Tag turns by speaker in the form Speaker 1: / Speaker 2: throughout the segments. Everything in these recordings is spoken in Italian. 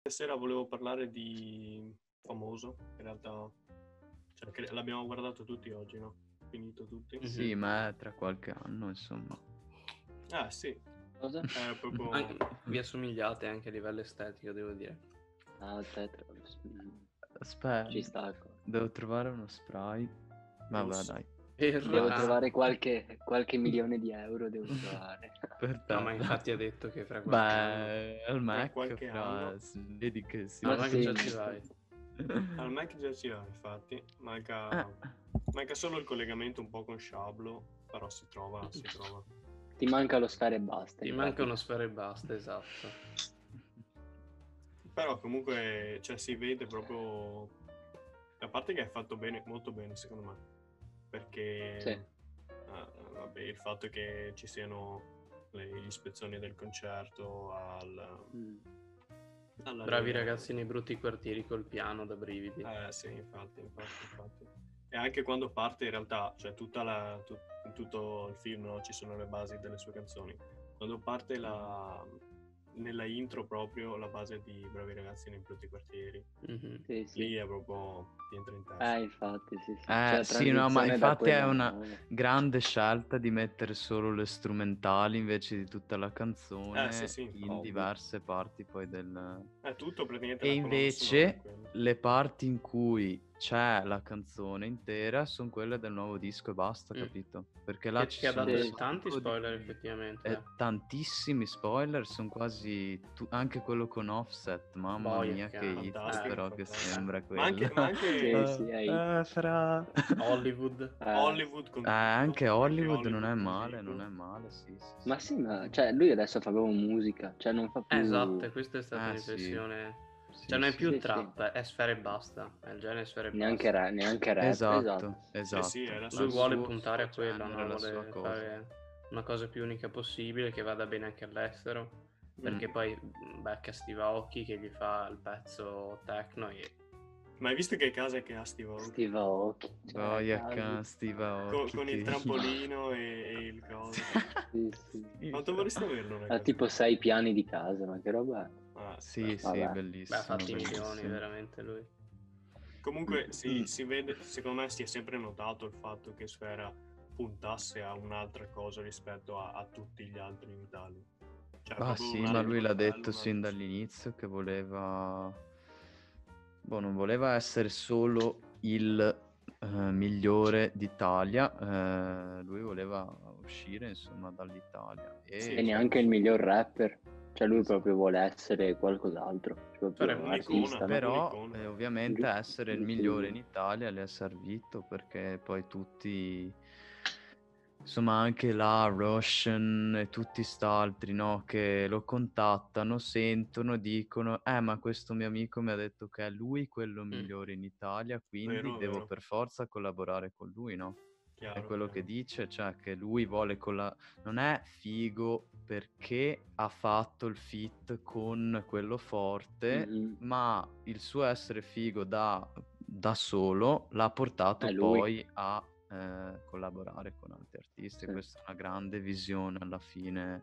Speaker 1: Stasera volevo parlare di famoso, in realtà cioè, che l'abbiamo guardato tutti oggi, no? Finito tutti.
Speaker 2: Sì, ma è tra qualche anno, insomma.
Speaker 1: Ah sì,
Speaker 3: Cosa?
Speaker 1: è proprio...
Speaker 4: Anche- vi assomigliate anche a livello estetico, devo dire.
Speaker 3: Ah, Tetra. mm,
Speaker 2: Aspetta,
Speaker 3: Ci sta. ecco.
Speaker 2: devo trovare uno spray. Vabbè,
Speaker 1: Rosso.
Speaker 2: dai.
Speaker 4: Per...
Speaker 3: Devo
Speaker 4: Ah,
Speaker 3: trovare qualche, qualche milione di euro, devo trovare.
Speaker 2: Per te.
Speaker 4: No, ma infatti ha detto che fra qualche anno-
Speaker 2: Beh, al Mac,
Speaker 1: qualche
Speaker 2: fra-
Speaker 1: anno.
Speaker 2: s- vedi che si...
Speaker 4: Ah, Ma non
Speaker 3: Ma
Speaker 4: è
Speaker 3: sì.
Speaker 4: che già ci vai.
Speaker 1: Al Mac Ah, già ci va, infatti. Manca...
Speaker 2: Ah,
Speaker 1: Manca solo il collegamento un po' con Shablo, però si trova, si trova.
Speaker 3: Ti manca lo sfera e basta.
Speaker 4: Ti
Speaker 3: infatti.
Speaker 4: manca uno sfera e basta, esatto.
Speaker 1: Però comunque cioè, si vede proprio... A parte che è fatto bene, molto bene secondo me. Perché...
Speaker 3: Sì.
Speaker 1: Ah, vabbè, il fatto che ci siano le ispezioni del concerto al...
Speaker 3: Mm.
Speaker 1: alla-
Speaker 4: Bravi ragazzi nei brutti quartieri col piano da brividi.
Speaker 1: Eh sì, infatti, infatti, infatti. E anche quando parte in realtà, cioè tutta la, tu- in tutto il film no, ci sono le basi delle sue canzoni. Quando parte la, nella intro proprio la base di Bravi ragazzi nei brutti quartieri,
Speaker 4: Mhm.
Speaker 3: Sì, sì.
Speaker 1: lì è proprio, ti entra in testa.
Speaker 3: Eh, infatti, sì, sì. Cioè,
Speaker 2: Eh, sì, no, ma
Speaker 3: transizione da
Speaker 2: infatti è
Speaker 3: quello-
Speaker 2: una- Grande scelta di mettere solo le strumentali invece di tutta la canzone
Speaker 1: Eh, sì, sì,
Speaker 2: in
Speaker 1: ovvio.
Speaker 2: diverse parti poi del...
Speaker 1: È Eh, tutto praticamente la
Speaker 2: E
Speaker 1: colonna
Speaker 2: invece-
Speaker 1: sonora, quello.
Speaker 2: le parti in cui c'è la canzone intera sono quelle del nuovo disco e basta,
Speaker 4: Mm.
Speaker 2: capito? Perché là
Speaker 4: Che-
Speaker 2: ci
Speaker 4: che ha
Speaker 2: sono
Speaker 4: dato
Speaker 3: un
Speaker 4: tanti
Speaker 2: sacco di-
Speaker 4: spoiler effettivamente.
Speaker 2: eh, tantissimi spoiler, sono quasi tu- anche quello con Offset, mamma
Speaker 4: Boia,
Speaker 2: mia
Speaker 4: che
Speaker 2: che hit
Speaker 1: fantastico,
Speaker 2: però che
Speaker 1: fantastico.
Speaker 2: sembra quello.
Speaker 1: Ma anche, ma anche
Speaker 3: Sì, sì, è hit.
Speaker 2: Eh, fra...
Speaker 4: Hollywood.
Speaker 3: Eh,
Speaker 1: Hollywood con
Speaker 2: Eh, anche
Speaker 1: tutto,
Speaker 2: Hollywood non è
Speaker 1: Hollywood ecco.
Speaker 2: male,
Speaker 1: con
Speaker 2: non
Speaker 1: tutto.
Speaker 2: è male, sì, sì, sì.
Speaker 3: Ma sì, ma cioè, lui adesso fa proprio musica, cioè non fa più...
Speaker 4: Esatto, questa è stata
Speaker 2: Uh. Ah,
Speaker 4: l'impressione.
Speaker 2: Sì,
Speaker 4: Cioè non è
Speaker 2: sì.
Speaker 4: più
Speaker 3: Sì, sì.
Speaker 4: trap, è sfera e basta. È il genere sfera e basta.
Speaker 3: Neanche, ra- neanche rap,
Speaker 2: Esatto,
Speaker 3: esatto.
Speaker 2: esatto.
Speaker 1: sì, è la
Speaker 2: La
Speaker 1: sua-
Speaker 4: Lui vuole
Speaker 2: sua-
Speaker 4: puntare a
Speaker 2: suo
Speaker 4: quello,
Speaker 2: genere,
Speaker 4: no?
Speaker 2: la
Speaker 4: vuole
Speaker 2: sua cosa.
Speaker 4: fare una cosa più unica possibile che vada bene anche all'estero. Perché
Speaker 2: Mm.
Speaker 4: poi becca Steve Aoki che gli fa il pezzo techno e
Speaker 1: Ma hai visto che casa che ha Steve Aoki?
Speaker 3: Steve Aoki. cioè,
Speaker 2: Boia,
Speaker 3: cavolo.
Speaker 2: ca- Steve
Speaker 1: Con,
Speaker 2: Aoki,
Speaker 1: con il
Speaker 2: che-
Speaker 1: trampolino e, e il coso.
Speaker 3: Sì, sì.
Speaker 1: Quanto vorresti averlo? una
Speaker 3: Ha
Speaker 1: casa?
Speaker 3: tipo sei piani di casa, ma che roba è?
Speaker 1: Ah,
Speaker 2: Sì, sì,
Speaker 3: Vabbè.
Speaker 4: beh,
Speaker 2: bellissimo.
Speaker 4: ha fatto i
Speaker 2: bellissimo.
Speaker 4: milioni veramente lui.
Speaker 1: Comunque si,
Speaker 2: Mm.
Speaker 1: si vede, secondo me si è sempre notato il fatto che Sfera puntasse a un'altra cosa rispetto a, a tutti gli altri in Italia. Cioè,
Speaker 2: Ah
Speaker 1: proprio
Speaker 2: sì,
Speaker 1: un
Speaker 2: ma
Speaker 1: altro
Speaker 2: lui l'ha
Speaker 1: livello,
Speaker 2: detto
Speaker 1: un
Speaker 2: sin
Speaker 1: altro-
Speaker 2: dall'inizio che voleva... Boh, non voleva essere solo il eh, migliore d'Italia, eh, lui voleva uscire insomma dall'Italia. E,
Speaker 1: Sì, certo.
Speaker 3: E neanche il miglior rapper. Cioè lui proprio vuole essere qualcos'altro. Cioè,
Speaker 4: Fare
Speaker 3: proprio un
Speaker 1: un'icona,
Speaker 3: artista.
Speaker 1: per-
Speaker 2: Però
Speaker 1: un'icona.
Speaker 2: eh, ovviamente
Speaker 3: Giu-
Speaker 2: essere il
Speaker 3: giusto
Speaker 2: migliore
Speaker 3: lui.
Speaker 2: in Italia le ha servito perché poi tutti, insomma anche la Russian e tutti st'altri no, che lo contattano, sentono, dicono eh ma questo mio amico mi ha detto che è lui quello migliore in Italia quindi
Speaker 1: Vero,
Speaker 2: devo
Speaker 1: vero.
Speaker 2: per forza collaborare con lui no?
Speaker 1: chiaro,
Speaker 2: è quello che
Speaker 1: chiaro.
Speaker 2: dice, cioè che lui vuole con la... non è figo perché ha fatto il fit con quello forte,
Speaker 3: Mhm.
Speaker 2: ma il suo essere figo da, da solo l'ha portato
Speaker 3: È lui.
Speaker 2: poi a eh, collaborare con altri artisti.
Speaker 3: Sì.
Speaker 2: Questa è una grande visione alla fine.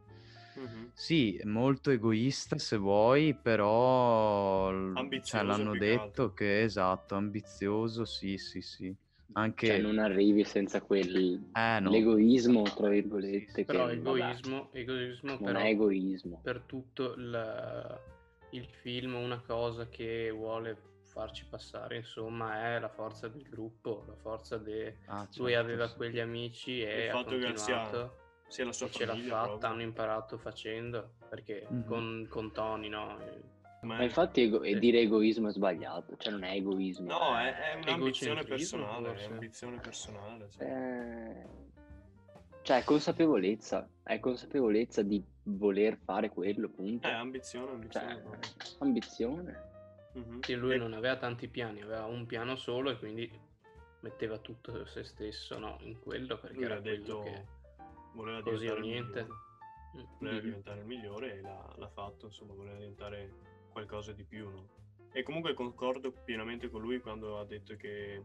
Speaker 1: Mhm.
Speaker 2: Sì, è molto egoista se vuoi, però l- cioè,
Speaker 1: Ambizioso
Speaker 2: l'hanno
Speaker 1: più che altro.
Speaker 2: detto che esatto, ambizioso, sì, sì, sì. Anche
Speaker 3: Cioè, non arrivi senza quel...
Speaker 2: eh, no.
Speaker 3: L'egoismo, tra virgolette,
Speaker 2: Sì, sì,
Speaker 3: che
Speaker 4: Però
Speaker 3: vabbè,
Speaker 4: egoismo, egoismo
Speaker 3: non
Speaker 4: però
Speaker 3: è egoismo.
Speaker 4: per tutto il, il film una cosa che vuole farci passare, insomma, è la forza del gruppo, la forza de...
Speaker 2: Ah,
Speaker 4: Lui
Speaker 2: certo,
Speaker 4: aveva
Speaker 2: sì.
Speaker 4: quegli amici e
Speaker 1: Il
Speaker 4: ha
Speaker 1: fatto che sia
Speaker 4: continuato.
Speaker 1: Sì, la sua
Speaker 4: ce l'ha
Speaker 1: famiglia
Speaker 4: fatta,
Speaker 1: proprio.
Speaker 4: hanno imparato facendo, perché
Speaker 2: Mhm.
Speaker 4: con, con Tony, no? Eh,
Speaker 1: Ma-
Speaker 3: Ma infatti ego- e
Speaker 4: Sì.
Speaker 3: dire egoismo è sbagliato, cioè non è egoismo.
Speaker 1: No, eh. è, è un'ambizione
Speaker 4: Egocentrismo,
Speaker 1: personale, è
Speaker 4: forse.
Speaker 1: ambizione personale. sì.
Speaker 3: Eh, Cioè è consapevolezza, è consapevolezza di voler fare quello, punto.
Speaker 1: Eh, ambizione, ambizione.
Speaker 3: Cioè,
Speaker 1: proprio.
Speaker 3: ambizione.
Speaker 1: Mhm.
Speaker 4: sì, lui
Speaker 1: E-
Speaker 4: non aveva tanti piani, aveva un piano solo e quindi metteva tutto se stesso no, in quello perché
Speaker 1: Lui
Speaker 4: era
Speaker 1: ha detto
Speaker 4: quello che...
Speaker 1: voleva
Speaker 4: così
Speaker 1: diventare
Speaker 4: o
Speaker 1: il migliore.
Speaker 4: niente. Mm.
Speaker 3: Mhm.
Speaker 1: voleva diventare il migliore e l'ha, l'ha fatto, insomma, voleva diventare qualcosa di più, no? E comunque concordo pienamente con lui quando ha detto che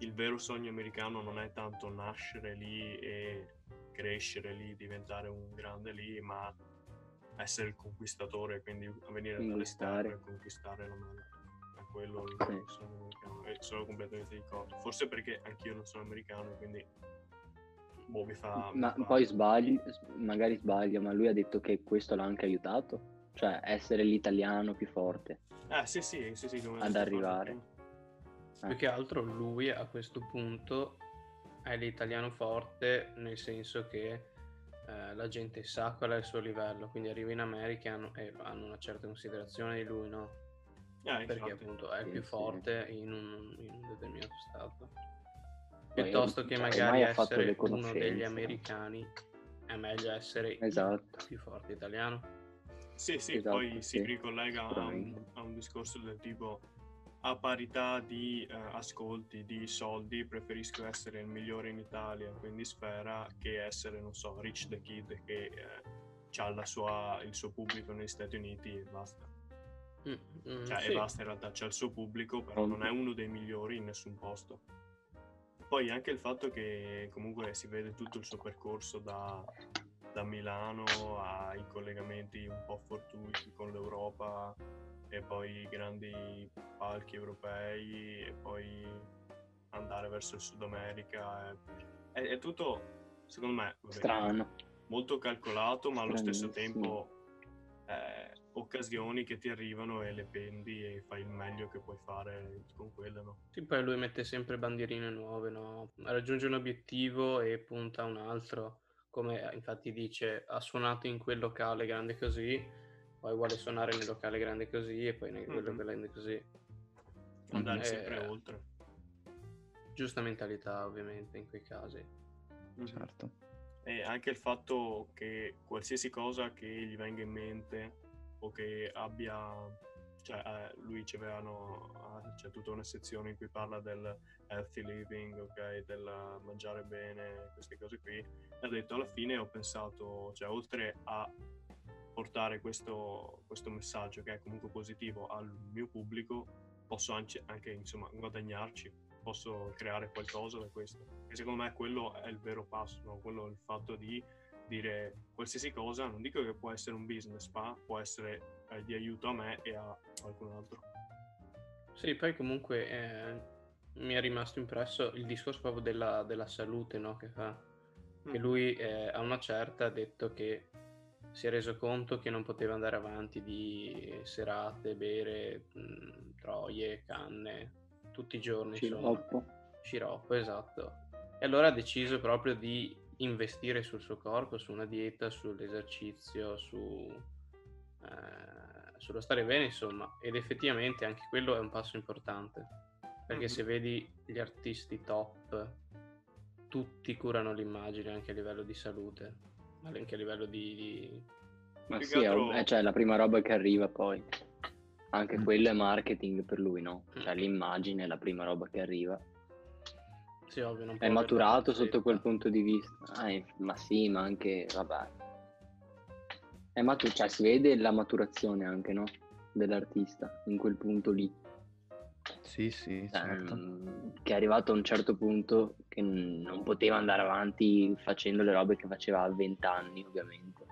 Speaker 1: il vero sogno americano non è tanto nascere lì e crescere lì, diventare un grande lì, ma essere il conquistatore, quindi a venire
Speaker 3: Conquistare.
Speaker 1: dall'esterno e conquistare la mano. È quello il
Speaker 3: Sì.
Speaker 1: sono americano e sono completamente d'accordo. Forse perché anch'io non sono americano, quindi boh, mi fa... mi
Speaker 3: Ma
Speaker 1: fa-
Speaker 3: poi sbagli, magari sbaglia, ma lui ha detto che questo l'ha anche aiutato. Cioè, essere l'italiano più forte.
Speaker 1: Eh, sì, sì, sì, sì, come
Speaker 3: Ad
Speaker 1: detto
Speaker 3: arrivare.
Speaker 1: prima.
Speaker 3: Eh.
Speaker 4: Più che altro lui a questo punto è l'italiano forte nel senso che eh, la gente sa qual è il suo livello, quindi arriva in America e hanno- e hanno una certa considerazione di lui, no?
Speaker 1: Eh,
Speaker 4: perché
Speaker 1: infatti.
Speaker 4: appunto è il
Speaker 3: Sì,
Speaker 4: più
Speaker 3: sì.
Speaker 4: forte in un, in un determinato stato
Speaker 3: Poi,
Speaker 4: piuttosto che
Speaker 3: cioè,
Speaker 4: magari
Speaker 3: ormai ha fatto
Speaker 4: essere
Speaker 3: le
Speaker 4: uno degli
Speaker 3: conoscenze. eh.
Speaker 4: americani è meglio essere il
Speaker 3: Esatto.
Speaker 4: più forte italiano
Speaker 1: Sì, sì,
Speaker 3: Esatto,
Speaker 1: poi
Speaker 3: sì,
Speaker 1: si ricollega a un,
Speaker 3: sicuramente.
Speaker 1: a un discorso del tipo a parità di eh, ascolti, di soldi, preferisco essere il migliore in Italia, quindi spera che essere, non so, Rich the Kid che eh, ha il suo pubblico negli Stati Uniti e basta.
Speaker 4: Mm, mm,
Speaker 1: Cioè,
Speaker 4: sì.
Speaker 1: e basta in realtà, c'è il suo pubblico, però non è uno dei migliori in nessun posto. Poi anche il fatto che comunque si vede tutto il suo percorso da, da Milano ai collegamenti un po' fortuiti con l'Europa e poi i grandi palchi europei e poi andare verso il Sud America. È, è- è tutto, secondo me, vabbè,
Speaker 3: Strano.
Speaker 1: molto calcolato, ma allo stesso
Speaker 3: Stranissimo.
Speaker 1: tempo eh, occasioni che ti arrivano e le prendi e fai il meglio che puoi fare con quelle, no?
Speaker 4: Sì, poi lui mette sempre bandierine nuove no? raggiunge un obiettivo e punta a un altro come eh, infatti dice ha suonato in quel locale grande così poi vuole suonare nel locale grande così e poi in quello
Speaker 1: Mhm.
Speaker 4: grande così
Speaker 1: Andare
Speaker 4: Eh,
Speaker 1: sempre oltre.
Speaker 4: giusta mentalità ovviamente in quei casi
Speaker 2: certo.
Speaker 1: E anche il fatto che qualsiasi cosa che gli venga in mente o che abbia, cioè eh, lui ci avevano, ah, c'è tutta una sezione in cui parla del healthy living, ok, del mangiare bene, queste cose qui, ha detto alla fine ho pensato, cioè oltre a portare questo, questo messaggio che è comunque positivo al mio pubblico, posso anche, anche insomma guadagnarci, posso creare qualcosa da questo. E secondo me quello è il vero passo, no? quello è il fatto di dire qualsiasi cosa, non dico che può essere un business, ma può essere eh, di aiuto a me e a qualcun altro.
Speaker 4: Sì, poi comunque eh, mi è rimasto impresso il discorso proprio della, della salute, no, che fa. Che
Speaker 1: Mm.
Speaker 4: lui eh, a una certa ha detto che si è reso conto che non poteva andare avanti di serate, bere, mh, troie, canne, tutti i giorni, insomma.
Speaker 3: Troppo.
Speaker 4: Sciroppo, esatto. E allora ha deciso proprio di investire sul suo corpo, su una dieta, sull'esercizio, su, eh, sullo stare bene, insomma. Ed effettivamente anche quello è un passo importante. Perché
Speaker 1: Mhm.
Speaker 4: se vedi gli artisti top, tutti curano l'immagine anche a livello di salute, ma anche a livello di... di-
Speaker 3: Ma
Speaker 1: Più che
Speaker 3: sì, è
Speaker 1: altro-
Speaker 3: un- eh, cioè, la prima roba che arriva poi. Anche
Speaker 2: Mm.
Speaker 3: quello è marketing per lui, no? Cioè,
Speaker 4: Mm.
Speaker 3: l'immagine è la prima roba che arriva.
Speaker 4: Sì, ovvio, non può
Speaker 3: È
Speaker 4: aver
Speaker 3: maturato
Speaker 4: tanta
Speaker 3: sotto quel
Speaker 4: fretta.
Speaker 3: punto di vista. Ah, eh, ma sì, ma anche, vabbè. È matu- cioè, si vede la maturazione anche, no? Dell'artista in quel punto lì.
Speaker 2: Sì, sì,
Speaker 3: Cioè,
Speaker 2: certo.
Speaker 3: mm, che è arrivato a un certo punto che n- non poteva andare avanti facendo le robe che faceva a 20 anni, ovviamente.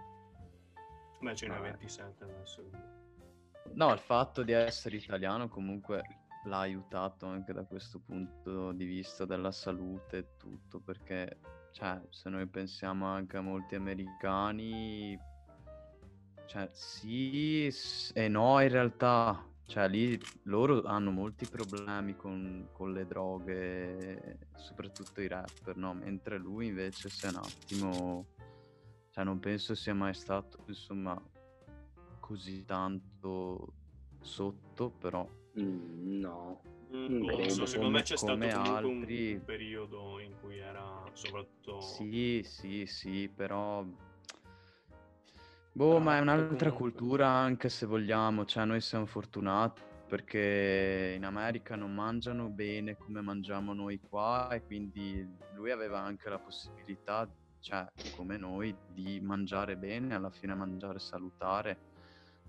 Speaker 1: Beh,
Speaker 4: Ah,
Speaker 1: ce ne ha
Speaker 4: eh.
Speaker 3: Vabbè.
Speaker 1: 27 adesso.
Speaker 2: No, il fatto di essere italiano comunque l'ha aiutato anche da questo punto di vista della salute e tutto, perché cioè, se noi pensiamo anche a molti americani, cioè sì s- e no in realtà, cioè lì loro hanno molti problemi con, con le droghe, soprattutto i rapper, no? Mentre lui invece se un attimo, cioè non penso sia mai stato insomma così tanto sotto, però
Speaker 3: Mm, no.
Speaker 1: Mm, boh, non
Speaker 3: credo.
Speaker 1: so, secondo
Speaker 2: Come-
Speaker 1: me c'è stato
Speaker 2: come
Speaker 1: comunque un-
Speaker 2: altri-
Speaker 1: un periodo in cui era soprattutto...
Speaker 2: sì, sì, sì, però boh,
Speaker 4: Però
Speaker 2: ma è un'altra
Speaker 4: comunque-
Speaker 2: cultura anche se vogliamo, cioè noi siamo fortunati perché in America non mangiano bene come mangiamo noi qua e quindi lui aveva anche la possibilità, cioè come noi, di mangiare bene, alla fine mangiare salutare,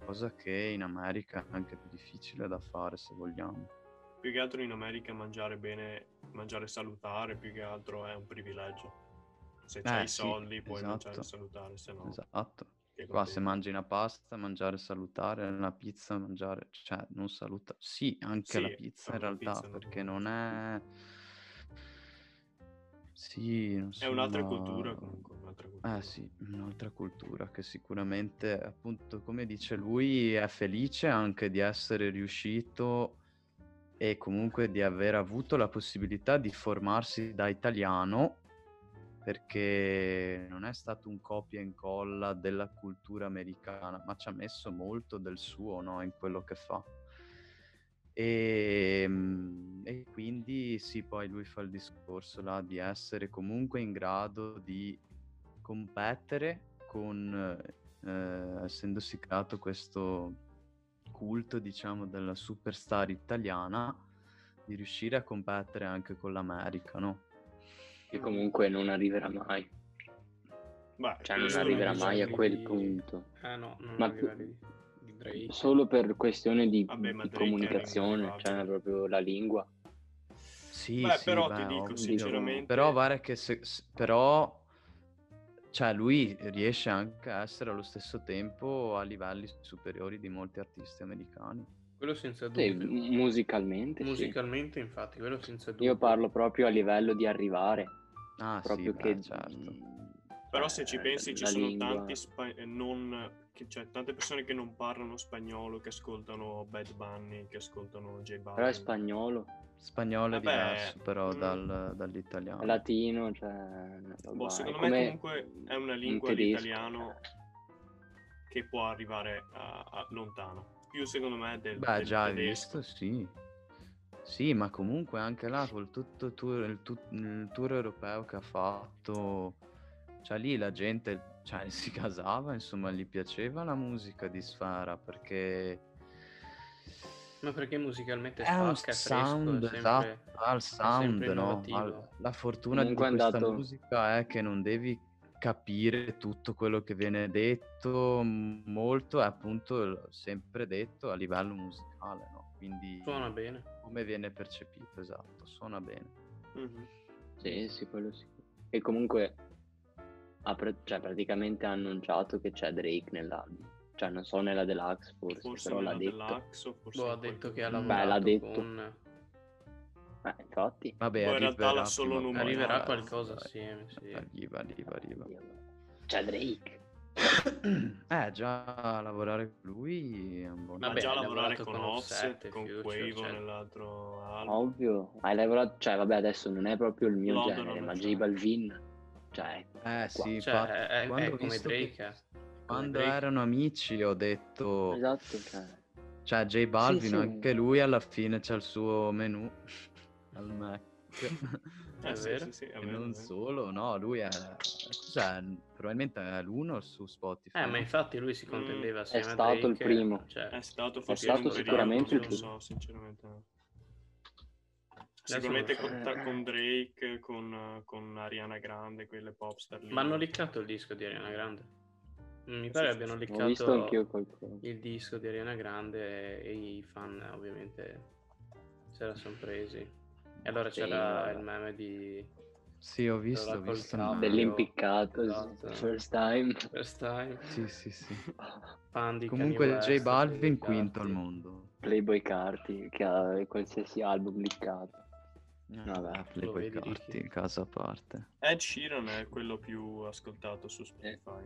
Speaker 2: cosa che in America è anche più difficile da fare se vogliamo.
Speaker 1: Più che altro in America mangiare bene, mangiare salutare, più che altro è un privilegio. Se hai
Speaker 2: Eh,
Speaker 1: i
Speaker 2: sì,
Speaker 1: soldi puoi mangiare
Speaker 2: esatto.
Speaker 1: salutare, se no...
Speaker 2: Esatto.
Speaker 1: Che
Speaker 2: Qua
Speaker 1: contenuti.
Speaker 2: se mangi una pasta, mangiare salutare, una pizza, mangiare, cioè non saluta. Sì, anche
Speaker 1: Sì,
Speaker 2: la pizza
Speaker 1: anche
Speaker 2: in
Speaker 1: la
Speaker 2: realtà,
Speaker 1: pizza non-
Speaker 2: perché non è... Sì, non
Speaker 1: È un'altra
Speaker 2: sono-
Speaker 1: cultura comunque, un'altra cultura.
Speaker 2: Eh sì, un'altra cultura che sicuramente, appunto, come dice lui, è felice anche di essere riuscito e comunque di aver avuto la possibilità di formarsi da italiano, perché non è stato un copia e incolla della cultura americana, ma ci ha messo molto del suo, no, in quello che fa. E, mm, e quindi sì, poi lui fa il discorso là di essere comunque in grado di competere con, eh, essendosi creato questo culto, diciamo, della superstar italiana, di riuscire a competere anche con l'America, no?
Speaker 3: Che comunque non arriverà mai.
Speaker 1: Beh,
Speaker 3: Cioè non
Speaker 1: questo
Speaker 3: arriverà
Speaker 1: diciamo
Speaker 3: mai a
Speaker 1: che-
Speaker 3: quel
Speaker 4: di-
Speaker 3: punto.
Speaker 4: Ah no, non
Speaker 3: Ma-
Speaker 4: arriva di, di Drake.
Speaker 3: Solo per questione di,
Speaker 1: Vabbè, ma Drake
Speaker 3: di
Speaker 1: era
Speaker 3: comunicazione,
Speaker 1: inarrivabile.
Speaker 3: cioè proprio la lingua.
Speaker 2: Sì,
Speaker 1: Beh,
Speaker 2: sì,
Speaker 1: però
Speaker 2: beh,
Speaker 1: ti dico
Speaker 2: ovvio.
Speaker 1: sinceramente-
Speaker 2: Però guarda che se- se- però cioè lui riesce anche a essere allo stesso tempo a livelli superiori di molti artisti americani.
Speaker 4: Quello senza
Speaker 3: Sì,
Speaker 4: dubbio.
Speaker 3: musicalmente. sì.
Speaker 4: Musicalmente, infatti, quello senza dubbio.
Speaker 3: Io parlo proprio a livello di arrivare.
Speaker 2: Ah,
Speaker 3: proprio
Speaker 2: sì,
Speaker 3: che... mm,
Speaker 2: beh, certo.
Speaker 1: Però se ci
Speaker 3: eh,
Speaker 1: pensi ci
Speaker 3: la
Speaker 1: sono
Speaker 3: lingua-
Speaker 1: tanti spa- eh, non, che- cioè, tante persone che non parlano spagnolo, che ascoltano Bad Bunny, che ascoltano J Balvin.
Speaker 3: Però è spagnolo,
Speaker 2: Spagnolo è
Speaker 1: Vabbè,
Speaker 2: diverso però
Speaker 1: mm.
Speaker 2: dal- dall'italiano.
Speaker 3: è latino, cioè... una
Speaker 1: Ah.
Speaker 3: roba-
Speaker 1: Boh,
Speaker 3: è
Speaker 1: secondo me
Speaker 3: come
Speaker 1: comunque è una
Speaker 3: un
Speaker 1: lingua
Speaker 3: tedesco,
Speaker 1: l'italiano che può arrivare a, a- lontano. Più secondo me del,
Speaker 2: Beh,
Speaker 1: del
Speaker 2: già hai
Speaker 1: tedesco.
Speaker 2: visto, sì. Sì, ma comunque anche là col tutto tour- il, tut- il tour europeo che ha fatto, cioè lì la gente cioè, si casava, insomma, gli piaceva la musica di Sfera perché
Speaker 4: Ma perché musicalmente
Speaker 2: è un
Speaker 4: spacca, è fresco,
Speaker 2: sound,
Speaker 4: è sempre...
Speaker 2: esatto, ha il sound,
Speaker 4: sempre
Speaker 2: no? Ha-
Speaker 4: innovativo.
Speaker 2: la fortuna
Speaker 3: Comunque è
Speaker 2: di questa
Speaker 3: andato-
Speaker 2: musica è che non devi capire tutto quello che viene detto, m- molto è appunto il- sempre detto a livello musicale, no? Quindi
Speaker 4: Suona bene.
Speaker 2: come viene percepito, esatto, suona bene.
Speaker 1: Mhm.
Speaker 3: Sì, sì, quello sì. E comunque ha pra- cioè, praticamente ha annunciato che c'è Drake nell'album. Cioè, non so nella deluxe forse,
Speaker 1: Forse
Speaker 3: però l'ha
Speaker 1: nella
Speaker 3: detto.
Speaker 1: deluxe, forse
Speaker 4: Boh, ha
Speaker 1: in qualche-
Speaker 4: detto che ha
Speaker 2: Beh,
Speaker 4: lavorato
Speaker 3: l'ha detto.
Speaker 4: con...
Speaker 3: Eh, infatti.
Speaker 1: Poi
Speaker 2: Vabbè,
Speaker 1: in
Speaker 2: arriverà
Speaker 1: realtà l'ha
Speaker 2: prima
Speaker 1: solo
Speaker 2: o poi,
Speaker 1: nominato.
Speaker 4: Arriverà
Speaker 2: dai,
Speaker 4: qualcosa
Speaker 2: dai.
Speaker 4: assieme, sì.
Speaker 2: Arriva, arriva, arriva.
Speaker 3: C'è Drake.
Speaker 2: Eh, già lavorare con lui è un buon
Speaker 1: Ma
Speaker 4: Vabbè,
Speaker 1: già
Speaker 4: ha
Speaker 1: lavorare
Speaker 4: lavorato
Speaker 1: con
Speaker 4: con Offset,
Speaker 1: Offset, con
Speaker 4: Future,
Speaker 1: Quavo
Speaker 4: cioè-
Speaker 1: nell'altro
Speaker 3: Oh.
Speaker 1: album.
Speaker 3: Ovvio. Hai lavorato... Cioè, vabbè, adesso non è proprio il mio
Speaker 1: No, no,
Speaker 3: genere,
Speaker 1: no,
Speaker 3: ma
Speaker 1: no,
Speaker 3: J
Speaker 1: no.
Speaker 3: Balvin... Cioè,
Speaker 2: Eh sì,
Speaker 4: Cioè,
Speaker 2: infatti,
Speaker 4: è- è-
Speaker 2: quando
Speaker 4: è
Speaker 2: ho
Speaker 4: come
Speaker 2: visto
Speaker 4: Drake,
Speaker 2: che-
Speaker 4: eh.
Speaker 2: quando
Speaker 4: Drake.
Speaker 2: erano amici ho detto,
Speaker 3: esatto, cioè...
Speaker 2: cioè J Balvin,
Speaker 3: sì.
Speaker 2: anche lui alla fine c'ha il suo menu al Mac.
Speaker 1: Eh,
Speaker 4: È
Speaker 1: sì,
Speaker 4: vero?
Speaker 1: sì, sì, è
Speaker 2: E
Speaker 1: vero, è
Speaker 2: non
Speaker 1: vero.
Speaker 2: solo, no, lui è... cos'è? Probabilmente è l'uno su Spotify.
Speaker 4: Eh, ma infatti lui si
Speaker 1: Mm,
Speaker 4: contendeva assieme a
Speaker 3: stato il
Speaker 4: Drake,
Speaker 3: primo.
Speaker 4: cioè,
Speaker 1: È stato forse
Speaker 3: stato
Speaker 1: un periodo,
Speaker 3: sicuramente
Speaker 1: non
Speaker 3: il
Speaker 1: lo
Speaker 3: primo.
Speaker 1: so, sinceramente. no.
Speaker 4: Adesso
Speaker 1: Sicuramente
Speaker 4: non
Speaker 1: con,
Speaker 4: lo
Speaker 3: so.
Speaker 1: ta- con Drake, con, con Ariana Grande, quelle popstar lì.
Speaker 4: Ma hanno liccato il disco di Ariana Grande. Mm, Mi pare
Speaker 1: sì,
Speaker 4: abbiano
Speaker 3: Ho visto anch'io
Speaker 4: liccato
Speaker 3: qualcosa.
Speaker 4: il disco di Ariana Grande e i fan eh, ovviamente se la sono presi. E allora
Speaker 3: Sì,
Speaker 4: c'era
Speaker 3: guarda.
Speaker 4: il meme di
Speaker 2: Sì, ho visto, ho
Speaker 4: Allora, col
Speaker 2: visto.
Speaker 4: cavo
Speaker 2: ma-
Speaker 3: Dell'impiccato,
Speaker 4: Esatto.
Speaker 3: first time.
Speaker 4: First Time,
Speaker 2: Sì, sì, sì.
Speaker 4: fan di
Speaker 2: Comunque
Speaker 4: Kanye
Speaker 2: J
Speaker 4: West,
Speaker 2: Balvin
Speaker 4: Kanye
Speaker 2: quinto al
Speaker 4: West.
Speaker 2: mondo.
Speaker 3: Playboy Carti, che ha qualsiasi album liccato. Vabbè,
Speaker 2: Ah, Playboy
Speaker 4: vedi, Ricky.
Speaker 2: Carti, casa a parte.
Speaker 1: Ed Sheeran è quello più ascoltato su Spotify.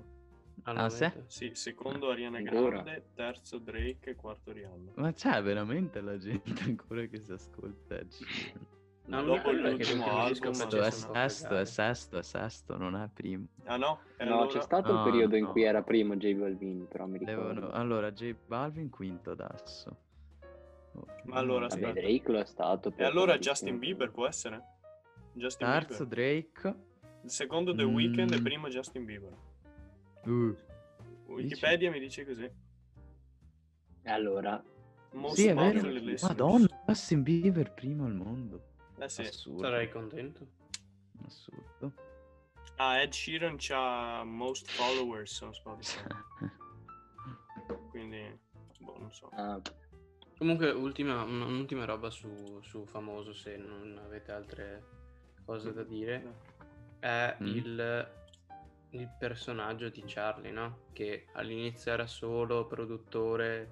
Speaker 4: Al
Speaker 2: Ah, sì?
Speaker 4: momento.
Speaker 1: Sì, secondo Ariana
Speaker 3: Eh. Ancora?
Speaker 1: Grande, terzo Drake, quarto Rihanna.
Speaker 2: Ma c'è veramente la gente ancora che si ascolta Ed Sheeran?
Speaker 4: No, mi
Speaker 1: Dopo
Speaker 4: ricordo che
Speaker 1: l'ultimo
Speaker 4: l'ultimo disco
Speaker 1: album...
Speaker 4: facesse Adesso
Speaker 2: Cioè, è
Speaker 4: un po'
Speaker 2: sesto,
Speaker 4: cagare.
Speaker 2: è sesto, è sesto, non è primo.
Speaker 1: Ah no? E
Speaker 3: No,
Speaker 1: allora?
Speaker 3: c'è stato
Speaker 2: No,
Speaker 3: il periodo in
Speaker 2: no.
Speaker 3: cui era primo J Balvin, però mi ricordo.
Speaker 2: Devono- Allora, J Balvin quinto adesso. Oh,
Speaker 1: Ma allora,
Speaker 2: non-
Speaker 1: aspetta.
Speaker 3: Vabbè, Drake lo è stato.
Speaker 1: E
Speaker 3: per
Speaker 1: allora
Speaker 3: tantissimo
Speaker 1: Justin Bieber
Speaker 3: tempo.
Speaker 1: può essere? Justin
Speaker 2: Terzo
Speaker 1: Bieber.
Speaker 2: Drake.
Speaker 1: Secondo The Weeknd e
Speaker 2: Mm.
Speaker 1: primo Justin Bieber.
Speaker 2: Uh,
Speaker 1: Wikipedia mi dice così.
Speaker 3: E allora,
Speaker 1: Most
Speaker 2: Uh, Sì, è vero.
Speaker 1: popular listeners.
Speaker 2: Madonna, Justin Bieber primo al mondo.
Speaker 1: Eh sì.
Speaker 2: Assurdo.
Speaker 4: Sarei contento.
Speaker 2: Assurdo.
Speaker 1: Ah, Ed Sheeran c'ha most followers su Spotify. Quindi, boh, non so.
Speaker 3: ah,
Speaker 4: Comunque, ultima, un- un'ultima roba su, su Famoso, se non avete altre cose da dire,
Speaker 1: No.
Speaker 4: è
Speaker 2: Mm.
Speaker 4: il il personaggio di Charlie, no? Che all'inizio era solo produttore,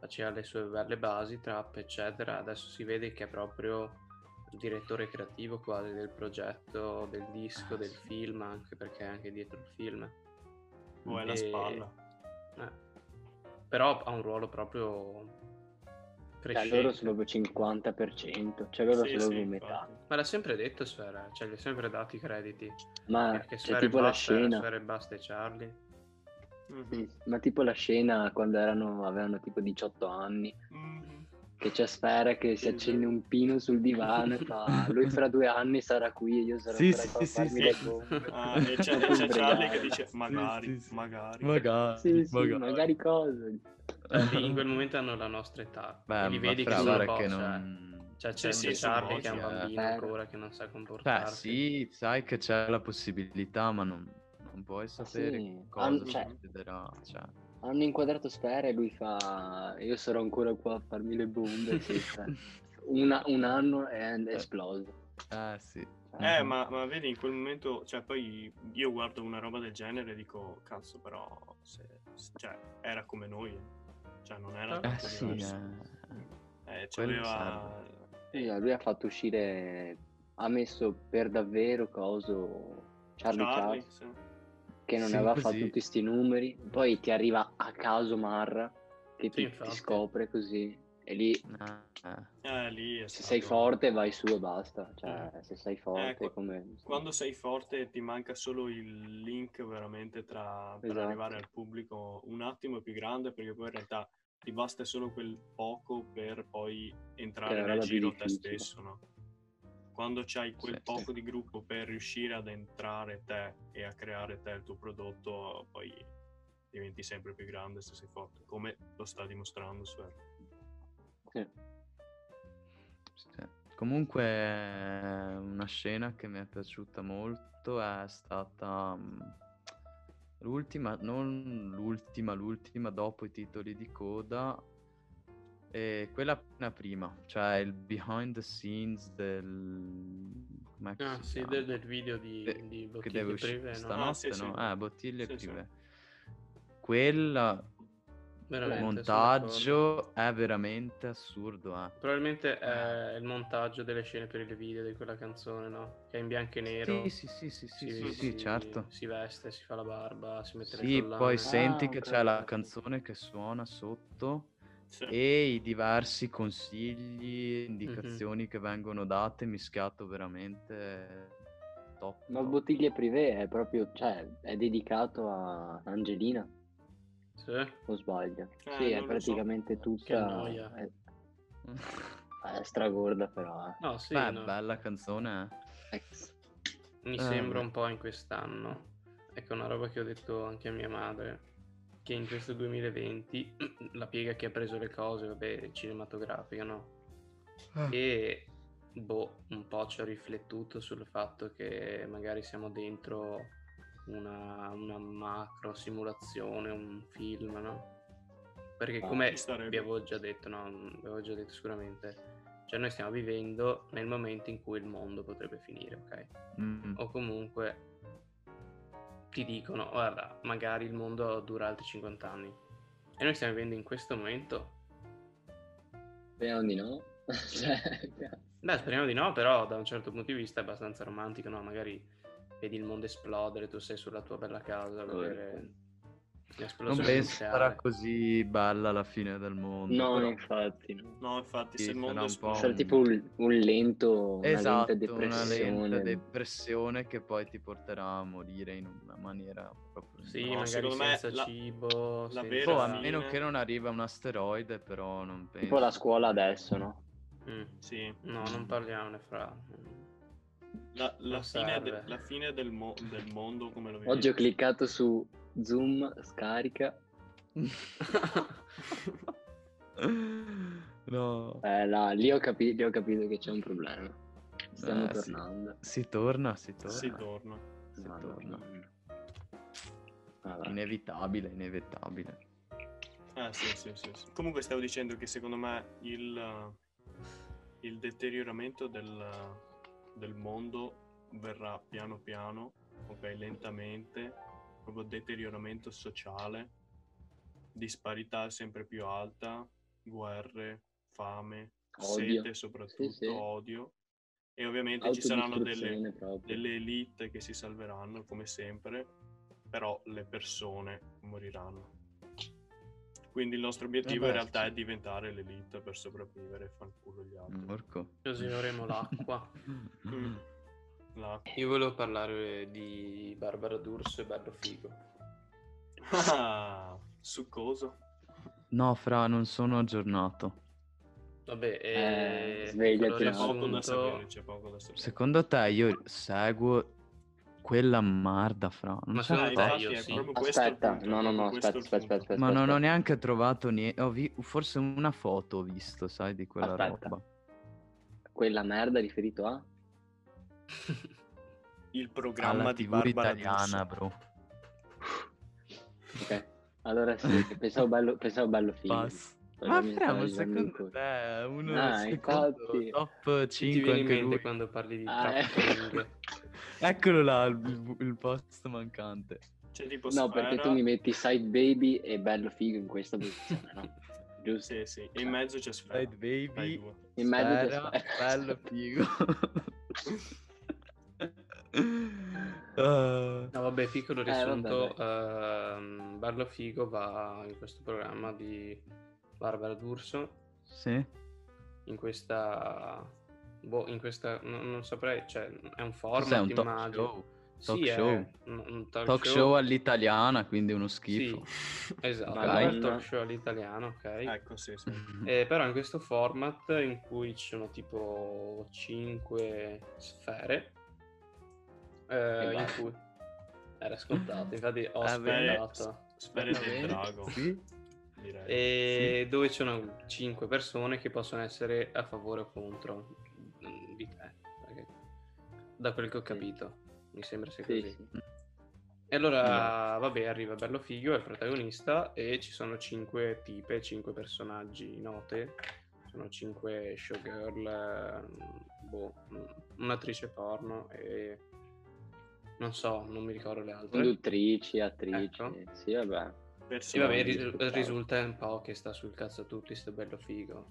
Speaker 4: faceva le sue belle basi, trap, eccetera. Adesso si vede che è proprio il direttore creativo quasi del progetto, del disco,
Speaker 2: Ah,
Speaker 4: del
Speaker 2: sì.
Speaker 4: film, anche perché è anche dietro il film.
Speaker 1: O è la
Speaker 4: E-
Speaker 1: spalla.
Speaker 4: eh. Però ha un ruolo proprio
Speaker 3: Cioè,
Speaker 4: crescente.
Speaker 3: loro sono proprio 50%, cioè loro
Speaker 1: Sì,
Speaker 3: sono
Speaker 1: sì,
Speaker 3: proprio
Speaker 1: infatti.
Speaker 3: metà.
Speaker 4: Ma l'ha sempre detto Sfera, cioè gli ha sempre dato i crediti.
Speaker 3: Ma
Speaker 4: Perché
Speaker 3: cioè,
Speaker 4: Sfera e
Speaker 3: tipo la
Speaker 2: eh,
Speaker 4: Basta era
Speaker 3: scena,
Speaker 4: Sfera e Basta e Charlie.
Speaker 1: Mhm.
Speaker 3: sì, ma tipo la scena quando erano, avevano tipo 18 anni,
Speaker 1: Mm.
Speaker 3: che c'è Sfera che si
Speaker 1: Sì,
Speaker 3: accende
Speaker 1: sì.
Speaker 3: un pino sul divano e fa lui fra due anni sarà qui e io sarò
Speaker 2: Sì,
Speaker 3: fra
Speaker 2: sì,
Speaker 3: a
Speaker 2: sì,
Speaker 3: farmi
Speaker 2: sì.
Speaker 3: le bombe.
Speaker 1: Ah, e c'è, e c'è Charlie che dice
Speaker 2: Sì,
Speaker 1: magari,
Speaker 2: sì, sì.
Speaker 1: magari.
Speaker 2: Magari,
Speaker 3: Sì, sì, magari cosa?
Speaker 4: Lì Cioè, in quel momento hanno la nostra età.
Speaker 2: Beh,
Speaker 4: e li
Speaker 2: ma
Speaker 4: vedi che
Speaker 2: fra,
Speaker 4: sono un
Speaker 2: guarda
Speaker 4: po',
Speaker 2: che
Speaker 4: cioè,
Speaker 2: non...
Speaker 4: cioè,
Speaker 1: Sì,
Speaker 4: c'è,
Speaker 1: sì,
Speaker 4: c'è
Speaker 1: sono
Speaker 4: Charlie che è un
Speaker 2: molti, eh.
Speaker 4: bambino
Speaker 3: Vero.
Speaker 4: ancora che non sa
Speaker 2: Beh,
Speaker 4: comportarsi.
Speaker 2: sì, sai che c'è la possibilità, ma non, non puoi sapere
Speaker 3: Sì,
Speaker 2: cosa
Speaker 3: an- cioè-
Speaker 2: succederà. Cioè,
Speaker 3: Hanno inquadrato Sfera e lui fa io sarò ancora qua a farmi le bombe. sì, cioè, una- un anno e è esploso.
Speaker 2: eh sì.
Speaker 1: Eh, ma, ma vedi, in quel momento, cioè, poi io guardo una roba del genere e dico, cazzo, però, se- se- cioè, era come noi, cioè, non era
Speaker 4: Eh,
Speaker 2: Eh
Speaker 1: tanto
Speaker 2: sì,
Speaker 1: diverso.
Speaker 2: eh.
Speaker 1: Eh,
Speaker 2: quello
Speaker 1: c'aveva-
Speaker 3: Sì, lui ha fatto uscire, ha messo per davvero coso
Speaker 1: Charlie,
Speaker 3: Charlie, Charles,
Speaker 1: sì.
Speaker 3: che non
Speaker 2: Sì,
Speaker 3: aveva
Speaker 2: così.
Speaker 3: fatto tutti questi numeri, poi ti arriva a caso Marra
Speaker 4: Sì,
Speaker 3: che ti, ti
Speaker 4: infatti.
Speaker 3: scopre così e lì
Speaker 2: Eh, eh.
Speaker 1: Eh, lì è
Speaker 3: se
Speaker 1: stato-
Speaker 3: sei forte vai su e basta, cioè se sei forte
Speaker 1: Ecco,
Speaker 3: come...
Speaker 1: Quando sei forte ti manca solo il link veramente tra, per
Speaker 3: Esatto.
Speaker 1: arrivare al pubblico un attimo più grande, perché poi in realtà ti basta solo quel poco per poi entrare
Speaker 3: Che è la
Speaker 1: nel
Speaker 3: roba più
Speaker 1: giro te
Speaker 3: difficile.
Speaker 1: stesso, no? Quando c'hai quel
Speaker 2: Sì,
Speaker 1: poco di gruppo per riuscire ad entrare te e a creare te il tuo prodotto, poi diventi sempre più grande se sei forte, come lo sta dimostrando Sfer.
Speaker 3: Sì.
Speaker 2: Sì. Comunque eh, una scena che mi è piaciuta molto è stata mm, l'ultima, non l'ultima, l'ultima dopo i titoli di coda, e quella appena prima, cioè il behind the scenes del... com'è che
Speaker 4: Ah,
Speaker 2: si
Speaker 4: sì,
Speaker 2: chiama?
Speaker 4: del, del video di,
Speaker 2: Eh,
Speaker 4: di
Speaker 2: che
Speaker 4: Bottiglie
Speaker 2: deve uscire
Speaker 4: Prive, no?
Speaker 2: stanotte,
Speaker 1: Ah, sì, sì.
Speaker 2: no? Eh, bottiglie
Speaker 1: Sì, sì.
Speaker 2: prive. Quella
Speaker 4: Veramente, sono d'accordo.
Speaker 2: montaggio è veramente assurdo, eh.
Speaker 4: Probabilmente è il montaggio delle scene per il video di quella canzone, no? Che è in bianco e nero.
Speaker 2: Sì, sì, sì, sì, sì, sì,
Speaker 1: sì,
Speaker 2: sì,
Speaker 4: si-
Speaker 2: certo.
Speaker 4: Si veste, si fa la barba, si mette le
Speaker 2: Sì,
Speaker 4: collane.
Speaker 2: poi senti
Speaker 3: Ah,
Speaker 2: che
Speaker 3: ok,
Speaker 2: c'è la
Speaker 3: ok.
Speaker 2: canzone che suona sotto
Speaker 1: Sì.
Speaker 2: e i diversi consigli,
Speaker 4: Mhm.
Speaker 2: indicazioni che vengono date, mischiato veramente top. top.
Speaker 3: Ma Bottiglie Privé è proprio, cioè, è dedicato a Angelina,
Speaker 4: Eh, Sì.
Speaker 3: o sbaglio?
Speaker 1: Eh,
Speaker 3: sì, è
Speaker 1: non lo so.
Speaker 3: praticamente tutta...
Speaker 4: Che noia.
Speaker 3: È, è stragorda però, eh.
Speaker 4: No, sì,
Speaker 2: Beh,
Speaker 4: no.
Speaker 2: bella canzone. eh.
Speaker 3: Ex.
Speaker 4: mi
Speaker 2: Eh,
Speaker 4: sembra
Speaker 2: beh.
Speaker 4: un po' in quest'anno. Ecco una roba che ho detto anche a mia madre, che in questo 2020 la piega che ha preso le cose, vabbè, cinematografica, no? E boh, un po' ci ho riflettuto sul fatto che magari siamo dentro una, una macro simulazione, un film, no? Perché
Speaker 3: Ah,
Speaker 4: come
Speaker 1: ci starebbe.
Speaker 4: vi avevo già detto, no, vi avevo già detto sicuramente, cioè noi stiamo vivendo nel momento in cui il mondo potrebbe finire, ok?
Speaker 2: Mm.
Speaker 4: o comunque ti dicono guarda magari il mondo dura altri 50 anni e noi stiamo vivendo in questo momento
Speaker 3: Speriamo di no. Cioè,
Speaker 4: beh speriamo di no però da un certo punto di vista è abbastanza romantico no magari vedi il mondo esplodere tu sei sulla tua bella casa a vedere
Speaker 1: Ecco.
Speaker 2: Non
Speaker 4: l'esplosione
Speaker 2: penso sarà
Speaker 4: nucleare.
Speaker 2: così bella la fine del mondo.
Speaker 3: no, Oh,
Speaker 2: però.
Speaker 3: infatti no.
Speaker 1: No, infatti,
Speaker 2: Sì,
Speaker 1: se il
Speaker 2: sarà
Speaker 1: mondo
Speaker 2: un po'
Speaker 1: esplode...
Speaker 3: Sarà tipo un, un lento, una
Speaker 2: Esatto,
Speaker 3: lenta
Speaker 2: una
Speaker 3: depressione.
Speaker 2: lenta depressione che poi ti porterà a morire in una maniera proprio...
Speaker 4: sì
Speaker 1: No,
Speaker 4: magari
Speaker 1: secondo me
Speaker 4: senza
Speaker 1: la-
Speaker 4: cibo
Speaker 1: la
Speaker 4: senza-
Speaker 1: vera
Speaker 2: Boh,
Speaker 1: Però
Speaker 2: a
Speaker 1: sì.
Speaker 2: meno che non arriva un asteroide, però non penso.
Speaker 3: Tipo la scuola adesso, no?
Speaker 4: Mm.
Speaker 1: Sì.
Speaker 4: no non parliamone fra
Speaker 1: La, la
Speaker 4: Non
Speaker 1: fine, de-
Speaker 4: serve.
Speaker 1: la fine del, mo- del mondo come lo vediamo.
Speaker 3: Oggi ho cliccato su Zoom, scarica,
Speaker 2: no.
Speaker 3: eh, là, lì ho, capi- lì ho capito che c'è un problema. Stiamo
Speaker 2: Eh, sì.
Speaker 3: tornando.
Speaker 2: Si torna, si torna.
Speaker 1: Si torna.
Speaker 2: si
Speaker 3: Mamma
Speaker 2: torna.
Speaker 3: mia. Vabbè.
Speaker 2: Inevitabile, inevitabile.
Speaker 1: Ah, sì, sì, sì, sì. Comunque stavo dicendo che secondo me il, eh, il deterioramento del, eh, del mondo verrà piano piano, ok, lentamente, proprio deterioramento sociale, disparità sempre più alta, guerre, fame,
Speaker 3: Odio.
Speaker 1: sete soprattutto,
Speaker 3: Sì, sì.
Speaker 1: odio. E ovviamente ci saranno delle,
Speaker 3: Autodistruzione proprio.
Speaker 1: delle elite che si salveranno come sempre, però le persone moriranno. Quindi il nostro
Speaker 3: Eh
Speaker 1: obiettivo in
Speaker 2: Vabbè,
Speaker 1: realtà
Speaker 2: sì.
Speaker 1: è diventare l'elite per sopravvivere e fanculo gli altri.
Speaker 2: Porco.
Speaker 4: Così avremo l'acqua.
Speaker 1: Mm. La-
Speaker 4: Io volevo parlare di Barbara D'Urso e Bello Figo.
Speaker 1: Ah, succoso.
Speaker 2: No, fra, non sono aggiornato.
Speaker 4: Vabbè,
Speaker 3: Eh,
Speaker 4: eh,
Speaker 3: svegliati,
Speaker 4: piccolo
Speaker 1: C'è
Speaker 3: no.
Speaker 1: poco da
Speaker 4: riassunto.
Speaker 1: sapere, c'è poco da sapere.
Speaker 2: Secondo te io seguo quella marda, fra. Non
Speaker 4: Ma
Speaker 2: so
Speaker 1: Ah,
Speaker 4: secondo
Speaker 2: te.
Speaker 4: te
Speaker 1: infatti
Speaker 4: io
Speaker 1: è
Speaker 4: sì.
Speaker 1: proprio questo il
Speaker 3: Aspetta,
Speaker 1: punto,
Speaker 3: no, no, no,
Speaker 1: proprio questo
Speaker 3: aspetta,
Speaker 1: il
Speaker 3: aspetta,
Speaker 1: punto.
Speaker 3: aspetta, aspetta.
Speaker 2: Ma non ho
Speaker 3: aspetta.
Speaker 2: neanche trovato niente. Ho vi- forse una foto ho visto, sai, di quella
Speaker 3: Aspetta.
Speaker 2: roba.
Speaker 3: Quella merda riferito a?
Speaker 2: cioè.
Speaker 1: Il programma
Speaker 2: Alla
Speaker 1: di
Speaker 2: TV
Speaker 1: Barbara
Speaker 2: italiana,
Speaker 1: D'Urso.
Speaker 2: bro.
Speaker 3: Ok. Allora sì, pensavo bello, pensavo bello figo.
Speaker 2: Pass.
Speaker 3: Quello
Speaker 2: Ma
Speaker 3: mi
Speaker 2: fra,
Speaker 3: stava
Speaker 2: ma
Speaker 3: arrivando in
Speaker 2: secondo
Speaker 3: culo.
Speaker 2: te uno
Speaker 3: Ah,
Speaker 2: secondo
Speaker 3: infatti.
Speaker 4: Chi
Speaker 2: top
Speaker 4: ti
Speaker 2: 5
Speaker 4: viene in
Speaker 2: anche
Speaker 4: mente
Speaker 2: lui?
Speaker 4: quando parli di
Speaker 3: Ah, eh.
Speaker 4: trappoling?
Speaker 2: Eccolo là il, il post mancante.
Speaker 1: C'è tipo
Speaker 3: No, perché
Speaker 1: Sfera,
Speaker 3: tu mi metti side baby e bello figo in questa posizione, no? Giusto?
Speaker 1: Sì, sì, e in mezzo c'è Sfera.
Speaker 2: Side
Speaker 1: Dai,
Speaker 2: baby,
Speaker 1: due.
Speaker 3: Cioè. In mezzo c'è
Speaker 2: Sfera,
Speaker 3: Sfera.
Speaker 2: bello figo. Ah,
Speaker 4: No, vabbè, piccolo
Speaker 3: Eh, vabbè,
Speaker 4: riassunto. ehm, Barlo Figo va in questo programma di Barbara D'Urso.
Speaker 2: sì,
Speaker 4: In questa. Boh, in questa. no- non saprei, cioè, è un
Speaker 2: cos'è
Speaker 4: format,
Speaker 2: un talk
Speaker 4: immagino.
Speaker 2: show? Talk
Speaker 4: Sì, è
Speaker 2: show.
Speaker 4: un- un talk,
Speaker 2: Talk show all'italiana, quindi uno schifo.
Speaker 4: Sì, esatto,
Speaker 3: Madonna.
Speaker 4: è un talk show all'italiano, ok?
Speaker 3: Ah,
Speaker 1: Ecco, sì, sì.
Speaker 3: Mm.
Speaker 4: Eh, però in questo format in cui ci sono tipo 5 sfere, eh,
Speaker 3: E
Speaker 4: in
Speaker 3: basta.
Speaker 4: cui era scontato, infatti ho
Speaker 2: Ah, beh.
Speaker 1: Esatto.
Speaker 4: scontato.
Speaker 1: Sfera del
Speaker 2: Bene,
Speaker 1: drago,
Speaker 2: sì.
Speaker 1: direi.
Speaker 4: E dove ci sono 5 persone che possono essere a favore o contro mm, di te, perché- da quel che ho capito, mi sembra sia
Speaker 3: Sì,
Speaker 4: così.
Speaker 3: sì.
Speaker 4: E allora, vabbè, arriva Bello Figlio, è il protagonista, e ci sono cinque tipe, cinque personaggi note, sono cinque showgirl, ehm, boh, mm, un'attrice porno e... non so, non mi ricordo le altre.
Speaker 3: Conduttrici, attrici,
Speaker 4: Ecco.
Speaker 3: sì, vabbè.
Speaker 1: Eh,
Speaker 4: E
Speaker 1: Persone.
Speaker 4: vabbè,
Speaker 3: non mi
Speaker 4: ri-
Speaker 3: aspettavo.
Speaker 4: risulta un po' che sta sul cazzo a tutti, sto bello figo.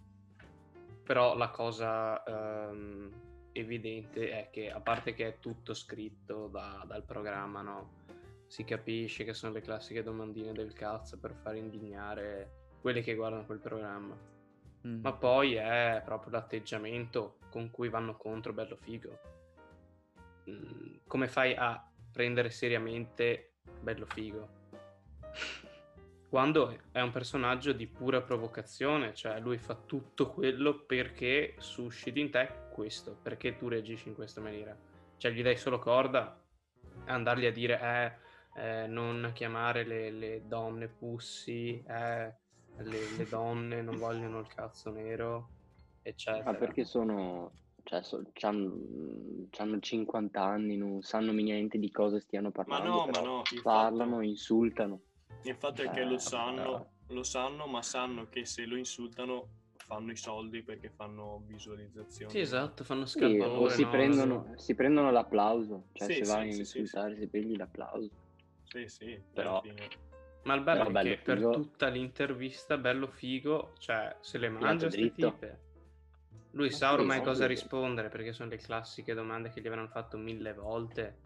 Speaker 4: Però la cosa ehm, evidente è che, a parte che è tutto scritto da- dal programma, no? si capisce che sono le classiche domandine del cazzo per far indignare quelli che guardano quel programma.
Speaker 2: Mm.
Speaker 4: Ma poi è proprio l'atteggiamento con cui vanno contro bello figo. Mm, Come fai a prendere seriamente bello figo? Quando è un personaggio di pura provocazione, cioè lui fa tutto quello perché susciti in te questo, perché tu reagisci in questa maniera. Cioè gli dai solo corda, andargli a dire eh, eh, non chiamare le, le donne pussy, eh, le, le donne non vogliono il cazzo nero, eccetera.
Speaker 3: Ma Ah, perché sono... Cioè, so, c'hanno, c'hanno 50 anni, non sanno niente di cosa stiano
Speaker 1: Ma
Speaker 3: parlando.
Speaker 1: no, ma
Speaker 3: però
Speaker 1: no, il
Speaker 3: Parlano,
Speaker 1: fatto-
Speaker 3: insultano.
Speaker 1: il fatto è che
Speaker 3: Eh,
Speaker 1: lo sanno,
Speaker 3: vabbè.
Speaker 1: lo sanno, ma sanno che se lo insultano fanno i soldi perché fanno visualizzazioni.
Speaker 4: Sì, esatto, fanno
Speaker 3: Sì,
Speaker 4: scalpore.
Speaker 3: o si,
Speaker 4: no?
Speaker 3: prendono, si prendono l'applauso. Cioè,
Speaker 1: Sì,
Speaker 3: se
Speaker 1: sì,
Speaker 3: vai a
Speaker 1: sì, sì,
Speaker 3: insultare, si prendi l'applauso.
Speaker 1: Sì, sì, alla
Speaker 3: Però-
Speaker 1: fine.
Speaker 4: Ma il bello
Speaker 3: Però
Speaker 4: è
Speaker 3: bello
Speaker 4: che per
Speaker 3: figo-
Speaker 4: tutta l'intervista, bello figo, cioè se le
Speaker 3: Tirato
Speaker 4: mangia ste
Speaker 3: dritto.
Speaker 4: tipe. Lui
Speaker 3: Ma
Speaker 4: sa
Speaker 3: sì,
Speaker 4: ormai
Speaker 3: sì,
Speaker 4: cosa
Speaker 3: sì.
Speaker 4: rispondere perché sono le classiche domande che gli avranno fatto mille volte.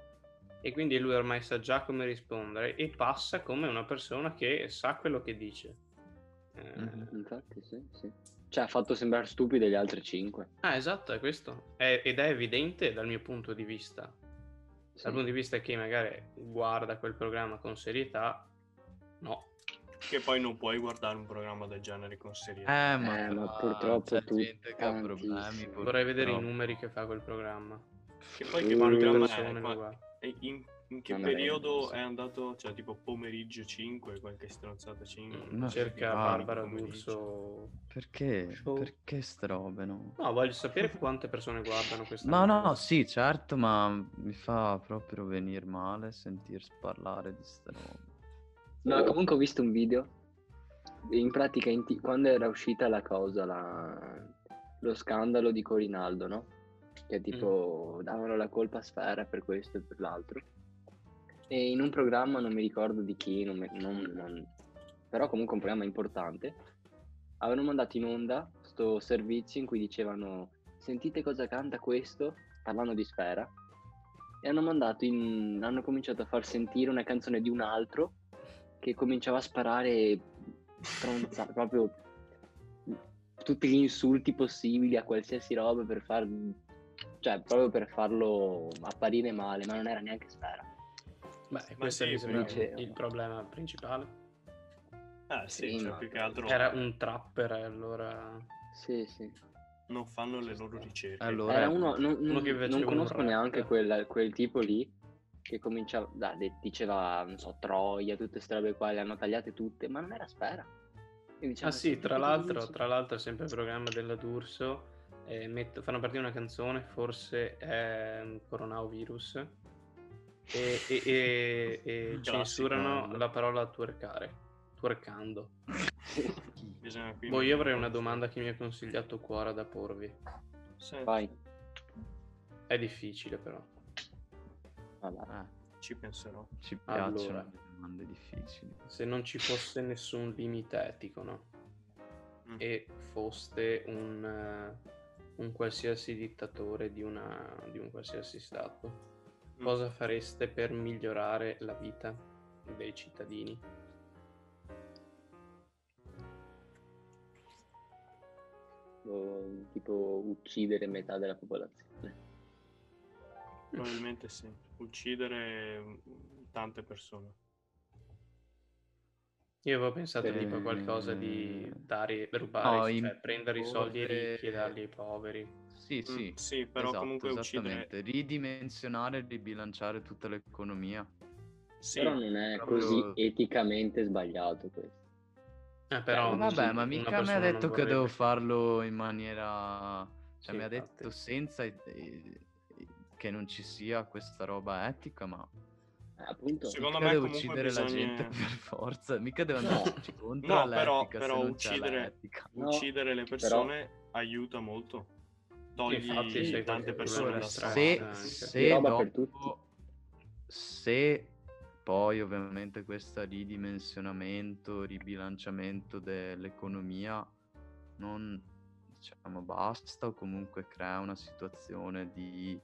Speaker 4: E quindi lui ormai sa già come rispondere e passa come una persona che sa quello che dice. Eh,
Speaker 2: Mhm.
Speaker 3: Infatti, sì, sì. Cioè, ha fatto sembrare stupido gli altri 5.
Speaker 4: Ah, esatto, è questo. È- ed è evidente dal mio punto di vista. Dal punto di vista che magari guarda quel programma con serietà, no,
Speaker 1: Che poi non puoi guardare un programma del genere con serietà.
Speaker 2: Eh, ma,
Speaker 3: Eh, ma
Speaker 2: fra,
Speaker 3: purtroppo
Speaker 2: c'è
Speaker 3: tu-
Speaker 2: gente che ha
Speaker 3: tantissimo.
Speaker 2: problemi.
Speaker 4: Vorrei vedere i
Speaker 2: purtroppo.
Speaker 4: numeri che fa quel programma.
Speaker 1: Che poi
Speaker 3: Eh,
Speaker 1: che
Speaker 4: Quante
Speaker 1: programma
Speaker 4: persone
Speaker 1: è?
Speaker 4: lo
Speaker 1: Qua-
Speaker 4: guardano?
Speaker 1: e In, in che
Speaker 3: Non lo vedo, non
Speaker 1: periodo
Speaker 3: lo so.
Speaker 1: è andato? Cioè, tipo pomeriggio 5, qualche stronzata 5.
Speaker 4: Mm,
Speaker 2: No,
Speaker 4: Cerca
Speaker 1: ah,
Speaker 2: sì,
Speaker 4: Barbara
Speaker 1: pomeriggio.
Speaker 4: D'Urso.
Speaker 2: Perché?
Speaker 4: Show.
Speaker 2: Perché ste robe, no?
Speaker 4: No, voglio sapere quante persone guardano questa
Speaker 2: No, no, no,
Speaker 4: roba.
Speaker 2: sì, certo, ma mi fa proprio venire male sentirsi parlare di ste robe.
Speaker 3: No, comunque ho visto un video. In pratica, in ti- quando era uscita la cosa, la- lo scandalo di Corinaldo, no? Che tipo davano la colpa a Sfera per questo e per l'altro. E in un programma, non mi ricordo di chi, non me- non- non- però comunque un programma importante, avevano mandato in onda questo servizio in cui dicevano sentite cosa canta questo, parlando di Sfera, e hanno mandato in- hanno cominciato a far sentire una canzone di un altro che cominciava a sparare stronza- proprio tutti gli insulti possibili a qualsiasi roba per far cioè proprio per farlo apparire male, ma non era neanche Sfera.
Speaker 4: Beh,
Speaker 1: Ma
Speaker 4: questo
Speaker 1: sì,
Speaker 4: mi sembra
Speaker 3: perché-
Speaker 4: il problema principale.
Speaker 1: Ah, sì,
Speaker 3: Sì,
Speaker 1: cioè,
Speaker 3: no.
Speaker 1: più che altro
Speaker 4: Era un trapper, e allora...
Speaker 3: Sì, sì.
Speaker 1: non fanno le loro ricerche.
Speaker 2: Allora-
Speaker 3: Era uno, non, non-
Speaker 4: Uno che faceva
Speaker 3: non conosco
Speaker 4: un rap.
Speaker 3: neanche quella- quel tipo lì che cominciava, da- de- diceva, non so, Troia, tutte queste robe qua, le hanno tagliate tutte, ma non era Sfera. E diceva,
Speaker 4: Ah sì,
Speaker 3: "Sentite
Speaker 4: tra
Speaker 3: cosa
Speaker 4: l'altro,
Speaker 3: dici".
Speaker 4: tra l'altro è sempre il programma della D'Urso, eh, metto- fanno partire una canzone, forse è mm, Coronavirus, e, e- e- e
Speaker 1: Classico,
Speaker 4: censurano
Speaker 1: bello.
Speaker 4: la parola twercare, twercando.
Speaker 1: Bisogna qui
Speaker 4: Boh, io avrei una domanda che mi ha consigliato Cuora da porvi.
Speaker 1: Sì,
Speaker 3: Vai.
Speaker 4: È difficile però.
Speaker 3: Vabbè.
Speaker 2: Ah,
Speaker 1: Ci penserò.
Speaker 2: ci
Speaker 4: Allora.
Speaker 2: piacciono le domande difficili.
Speaker 4: Se non ci fosse nessun limite etico, no?
Speaker 1: Mm.
Speaker 4: E foste un, eh, un qualsiasi dittatore di, una, di un qualsiasi stato,
Speaker 1: Mm.
Speaker 4: cosa fareste per migliorare la vita dei cittadini?
Speaker 3: O, tipo uccidere metà della popolazione.
Speaker 1: Probabilmente sì. Uccidere mm, tante persone.
Speaker 4: Io avevo pensato
Speaker 3: Eh,
Speaker 4: tipo a qualcosa di dare, rubare,
Speaker 2: Eh, no,
Speaker 4: cioè
Speaker 2: imporre-
Speaker 4: prendere i soldi ai ricchi e darli ai poveri.
Speaker 2: Sì,
Speaker 1: Mm,
Speaker 2: sì.
Speaker 1: sì, però
Speaker 2: esatto,
Speaker 1: comunque uccidere...
Speaker 2: esattamente. Ridimensionare e ribilanciare tutta l'economia.
Speaker 1: Sì,
Speaker 3: Però non è
Speaker 1: proprio-
Speaker 3: così eticamente sbagliato questo.
Speaker 4: Eh, però,
Speaker 2: Eh, vabbè, ma
Speaker 4: una
Speaker 2: mica mi
Speaker 4: persona
Speaker 2: ha
Speaker 4: non
Speaker 2: detto che
Speaker 4: vorrebbe-
Speaker 2: devo farlo in maniera... Cioè,
Speaker 4: Sì,
Speaker 2: mi ha
Speaker 4: infatti.
Speaker 2: detto senza... eh, eh, che non ci sia questa roba etica, ma
Speaker 3: Eh, appunto,
Speaker 1: Secondo
Speaker 2: mica
Speaker 1: me
Speaker 2: devo
Speaker 1: comunque
Speaker 2: uccidere la
Speaker 1: bisogna-
Speaker 2: gente per forza, mica devo
Speaker 4: No.
Speaker 2: andarci contro
Speaker 1: No, però-
Speaker 2: all'etica se
Speaker 1: però
Speaker 2: non c'è
Speaker 1: uccidere-
Speaker 2: l'etica.
Speaker 3: No,
Speaker 1: uccidere le persone aiuta molto. Togli
Speaker 4: Infatti,
Speaker 2: sì,
Speaker 1: tante
Speaker 4: qualche-
Speaker 1: persone
Speaker 2: Allora,
Speaker 1: da
Speaker 4: strada
Speaker 2: se,
Speaker 4: anche.
Speaker 2: se
Speaker 3: Di roba per
Speaker 2: dopo, se poi ovviamente questo ridimensionamento, ribilanciamento dell'economia non diciamo basta o comunque crea una situazione di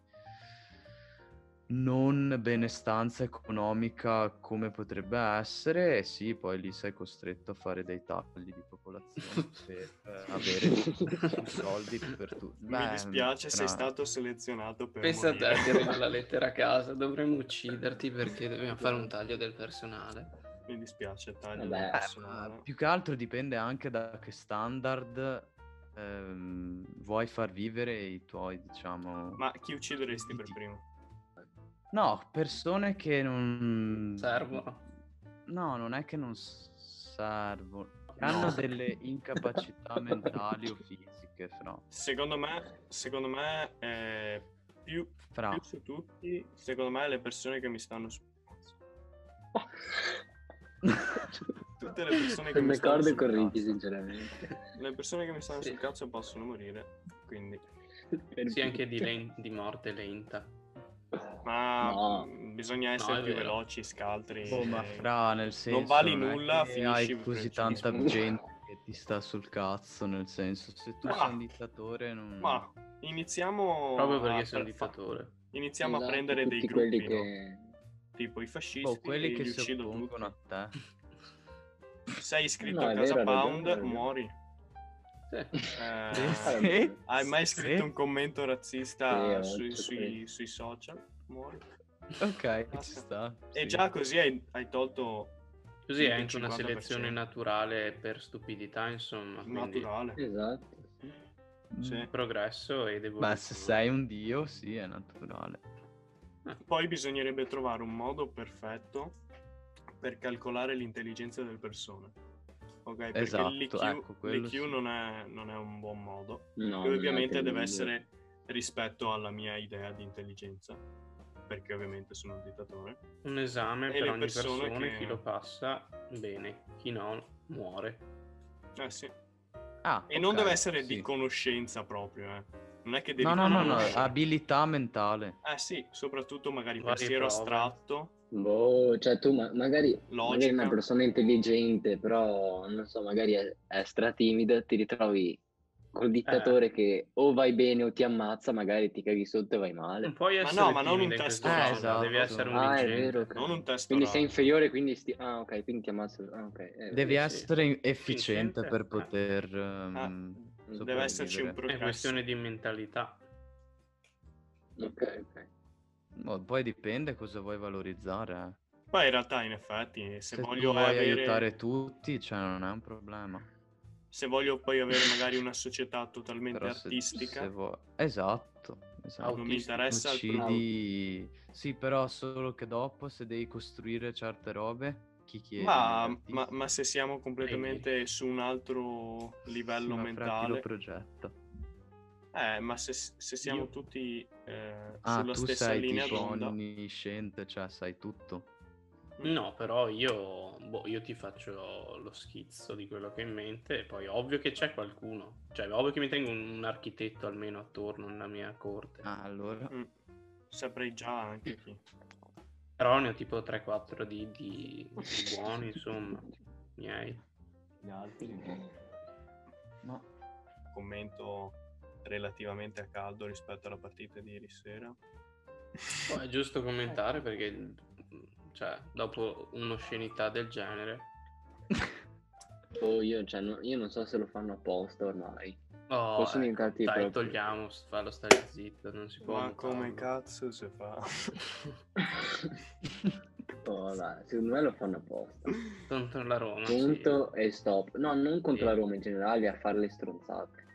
Speaker 2: non benestanza economica come potrebbe essere e sì poi lì sei costretto a fare dei tagli di popolazione per eh, avere i soldi per tutti
Speaker 1: Mi dispiace, sei stato selezionato per
Speaker 4: Pensa a te
Speaker 1: morire.
Speaker 4: che arriva la lettera a casa, dovremmo ucciderti perché dobbiamo fare un taglio del personale.
Speaker 1: Mi dispiace, taglio
Speaker 3: Vabbè,
Speaker 1: la
Speaker 3: eh,
Speaker 2: Eh,
Speaker 1: persona.
Speaker 2: ma più che altro dipende anche da che standard ehm, vuoi far vivere i tuoi, diciamo...
Speaker 1: Ma chi uccideresti per primo?
Speaker 2: No, persone che non...
Speaker 4: Servono.
Speaker 2: No, non è che non s- servono. Che Hanno delle incapacità mentali o fisiche, fra.
Speaker 1: Secondo me, secondo me eh, più,
Speaker 2: fra.
Speaker 1: più su tutti, secondo me le persone che mi stanno su Tutte le persone che
Speaker 3: Non
Speaker 1: mi
Speaker 3: mi
Speaker 1: stanno
Speaker 3: ricordo e
Speaker 1: sul
Speaker 3: corrigi,
Speaker 1: cazzo.
Speaker 3: sinceramente.
Speaker 1: le persone che mi stanno
Speaker 4: Sì.
Speaker 1: sul cazzo possono morire, quindi
Speaker 4: Sì, anche di, len- di morte lenta.
Speaker 1: Oh, ma
Speaker 3: No.
Speaker 1: mh, bisogna essere
Speaker 4: è
Speaker 1: più
Speaker 4: vero.
Speaker 1: veloci, scaltri.
Speaker 2: Boh, ma
Speaker 1: eh,
Speaker 2: fra, nel senso...
Speaker 1: vali
Speaker 2: non è
Speaker 1: nulla,
Speaker 2: che
Speaker 1: finisci
Speaker 2: hai così
Speaker 1: per-
Speaker 2: tanta
Speaker 3: finisci-
Speaker 2: gente che ti sta sul cazzo, nel senso, se tu
Speaker 1: Ma-
Speaker 2: sei un dittatore non... Boh,
Speaker 1: Ma iniziamo
Speaker 4: Proprio
Speaker 1: a-
Speaker 4: perché sei un
Speaker 1: fa-
Speaker 4: dittatore.
Speaker 1: Iniziamo a
Speaker 3: Esatto,
Speaker 1: prendere dei
Speaker 3: tutti
Speaker 1: gruppi,
Speaker 3: quelli che...
Speaker 1: no? tipo i fascisti,
Speaker 2: Boh, quelli
Speaker 1: li
Speaker 2: che si
Speaker 1: uccido tutti.
Speaker 2: oppongono a te.
Speaker 1: Sei iscritto
Speaker 3: No,
Speaker 1: a
Speaker 3: è
Speaker 1: Casa
Speaker 3: vero, hai ragione,
Speaker 1: Pound,
Speaker 3: hai ragione.
Speaker 1: muori.
Speaker 4: Sì.
Speaker 1: Eh,
Speaker 3: Sì,
Speaker 1: Hai mai
Speaker 2: Sì.
Speaker 1: scritto un commento razzista
Speaker 3: Sì,
Speaker 1: sui,
Speaker 3: oggi,
Speaker 1: sui- sui social? Muori.
Speaker 2: Ok, ci
Speaker 1: Basta.
Speaker 2: sta.
Speaker 1: Ah, E
Speaker 2: sì.
Speaker 1: già così hai, hai tolto
Speaker 4: Così è
Speaker 1: il
Speaker 4: anche una
Speaker 1: 50%.
Speaker 4: selezione naturale per stupidità, insomma. Quindi
Speaker 1: naturale.
Speaker 3: Esatto. sì.
Speaker 1: sì.
Speaker 4: progresso e devo...
Speaker 2: Mm. Beh, se sei un dio, sì, è naturale.
Speaker 1: Poi bisognerebbe trovare un modo perfetto per calcolare l'intelligenza delle persone. Ok, perché
Speaker 2: Esatto,
Speaker 1: l'IQ,
Speaker 2: ecco, quello
Speaker 1: l'IQ
Speaker 2: sì.
Speaker 1: non, è, non è un buon modo.
Speaker 3: No,
Speaker 1: Che
Speaker 3: non è
Speaker 1: ovviamente deve
Speaker 3: terribile.
Speaker 1: essere rispetto alla mia idea di intelligenza, perché ovviamente sono un dittatore.
Speaker 4: Un esame
Speaker 1: E
Speaker 4: per
Speaker 1: le
Speaker 4: ogni
Speaker 1: persone
Speaker 4: persona,
Speaker 1: che-
Speaker 4: chi lo passa, bene. Chi no, muore.
Speaker 1: Eh sì. E
Speaker 2: Ah,
Speaker 1: non
Speaker 2: ok,
Speaker 1: deve essere di
Speaker 2: sì.
Speaker 1: conoscenza proprio, eh. Non è che devi
Speaker 2: No, no, no, no,
Speaker 1: conoscere.
Speaker 2: abilità mentale.
Speaker 1: Eh sì, soprattutto magari
Speaker 4: Varie
Speaker 1: pensiero
Speaker 4: prove.
Speaker 1: astratto,
Speaker 3: Boh, cioè tu ma- magari, magari è
Speaker 1: Logica.
Speaker 3: una persona intelligente, però non so, magari è, è stratimida, ti ritrovi
Speaker 1: Eh.
Speaker 3: col dittatore che o vai bene o ti ammazza, magari ti caghi sotto e vai
Speaker 4: Non
Speaker 3: male.
Speaker 4: puoi
Speaker 1: Ma
Speaker 4: essere
Speaker 1: no, ma non
Speaker 4: timida
Speaker 1: un Eh,
Speaker 4: in
Speaker 1: testo
Speaker 4: questa
Speaker 2: orale.
Speaker 4: cosa,
Speaker 2: Esatto.
Speaker 4: devi essere un
Speaker 3: Ah, è
Speaker 4: vincente.
Speaker 3: vero,
Speaker 1: Non un testo
Speaker 3: Quindi sei
Speaker 1: orale.
Speaker 3: inferiore, quindi sti... Ah, ok, quindi ti ammazzo. Ah, ok. eh,
Speaker 2: Devi
Speaker 4: sì.
Speaker 2: essere in- efficiente
Speaker 4: Efficiente, eh.
Speaker 2: per poter... ehm,
Speaker 1: Ah, deve
Speaker 2: sopravvivere.
Speaker 1: esserci un
Speaker 4: È
Speaker 1: processo.
Speaker 4: questione di mentalità.
Speaker 3: ok, ok.
Speaker 2: boh, poi dipende cosa vuoi valorizzare. eh.
Speaker 1: Poi in realtà, in effetti, se,
Speaker 2: Se,
Speaker 1: voglio
Speaker 2: tu vuoi
Speaker 1: avere-
Speaker 2: aiutare tutti, cioè non è un problema.
Speaker 1: se voglio poi avere magari una società totalmente
Speaker 2: Però se-
Speaker 1: artistica,
Speaker 2: se vuoi- Esatto. esatto.
Speaker 1: non mi
Speaker 4: autista,
Speaker 1: interessa il prodotto.
Speaker 2: Uccidi... Sì, però solo che dopo se devi costruire certe robe, chi chiede?
Speaker 1: Ma,
Speaker 2: L'artista?
Speaker 1: ma- ma se siamo completamente su un altro livello
Speaker 2: Sì, ma fra chi lo
Speaker 1: mentale,
Speaker 2: progetta.
Speaker 1: eh, ma se, se siamo
Speaker 4: Io-
Speaker 1: tutti eh,
Speaker 2: Ah,
Speaker 1: sulla
Speaker 2: tu
Speaker 1: stessa
Speaker 2: sei
Speaker 1: linea
Speaker 2: tipo
Speaker 1: d'onda,
Speaker 2: onnisciente, cioè sai tutto.
Speaker 4: No, però io, boh, io ti faccio lo schizzo di quello che ho in mente e poi ovvio che c'è qualcuno, cioè ovvio che mi tengo un, un architetto almeno attorno nella mia corte,
Speaker 2: Ah, allora...
Speaker 1: mm, saprei già anche chi.
Speaker 4: però ne ho tipo 3-4 di, di- di buoni, insomma, miei.
Speaker 1: Gli altri
Speaker 2: No.
Speaker 1: commento relativamente a caldo rispetto alla partita di ieri sera.
Speaker 4: Poi è giusto commentare perché, cioè, dopo un'oscenità del genere,
Speaker 3: Boh, io, cioè, no- io non so se lo fanno apposta ormai.
Speaker 4: oh,
Speaker 3: Possono
Speaker 4: ecco,
Speaker 3: diventarti
Speaker 4: dai,
Speaker 3: proprio-
Speaker 4: togliamo, fallo stare zitto, non si può
Speaker 1: Ma come
Speaker 4: mutarlo.
Speaker 1: cazzo si fa?
Speaker 3: Oh, dai, secondo me lo fanno apposta.
Speaker 4: Contro la Roma, Ah, sì.
Speaker 3: Punto e stop. No, non contro
Speaker 4: Sì.
Speaker 3: la Roma in generale, a fare le stronzate.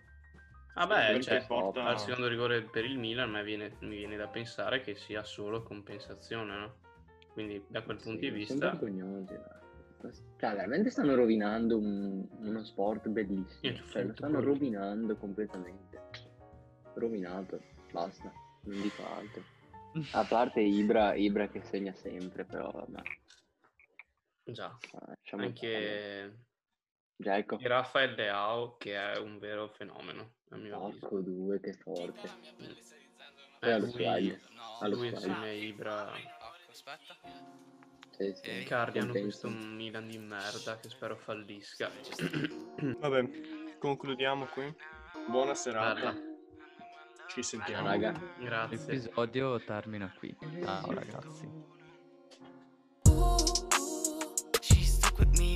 Speaker 4: Vabbè,
Speaker 1: Perché
Speaker 4: cioè,
Speaker 1: porta-
Speaker 4: al secondo rigore per il Milan, ma viene- mi viene da pensare che sia solo compensazione, no? Quindi da quel punto di vista,
Speaker 3: Sono vergognosi, dai. Cioè, veramente stanno rovinando un- uno sport bellissimo.
Speaker 4: Io ci ho
Speaker 3: Cioè, lo
Speaker 4: fatto
Speaker 3: stanno
Speaker 4: quello.
Speaker 3: rovinando completamente. Rovinato, basta. Non dico altro. A parte Ibra, Ibra che segna sempre, però vabbè.
Speaker 4: già,
Speaker 3: Lasciamo perdere.
Speaker 4: anche
Speaker 3: Jacob,
Speaker 4: di Rafael Leao che è un vero fenomeno, a mio avviso.
Speaker 3: porco due, che forte.
Speaker 4: Eh,
Speaker 3: allo
Speaker 4: lui-
Speaker 3: squaglio. Allo
Speaker 4: lui
Speaker 3: squaglio.
Speaker 4: insieme a Ibra
Speaker 5: Ecco, aspetta.
Speaker 3: Sì, sì,
Speaker 5: Eh,
Speaker 4: cardiano
Speaker 3: compenso.
Speaker 4: questo Milan di merda che spero fallisca.
Speaker 1: Vabbè, concludiamo qui. Buona serata.
Speaker 4: Bella.
Speaker 1: Ci sentiamo.
Speaker 3: Cioè, Raga.
Speaker 4: Grazie.
Speaker 2: L'episodio termina qui. Ciao ragazzi.
Speaker 5: Ooh, she stuck with me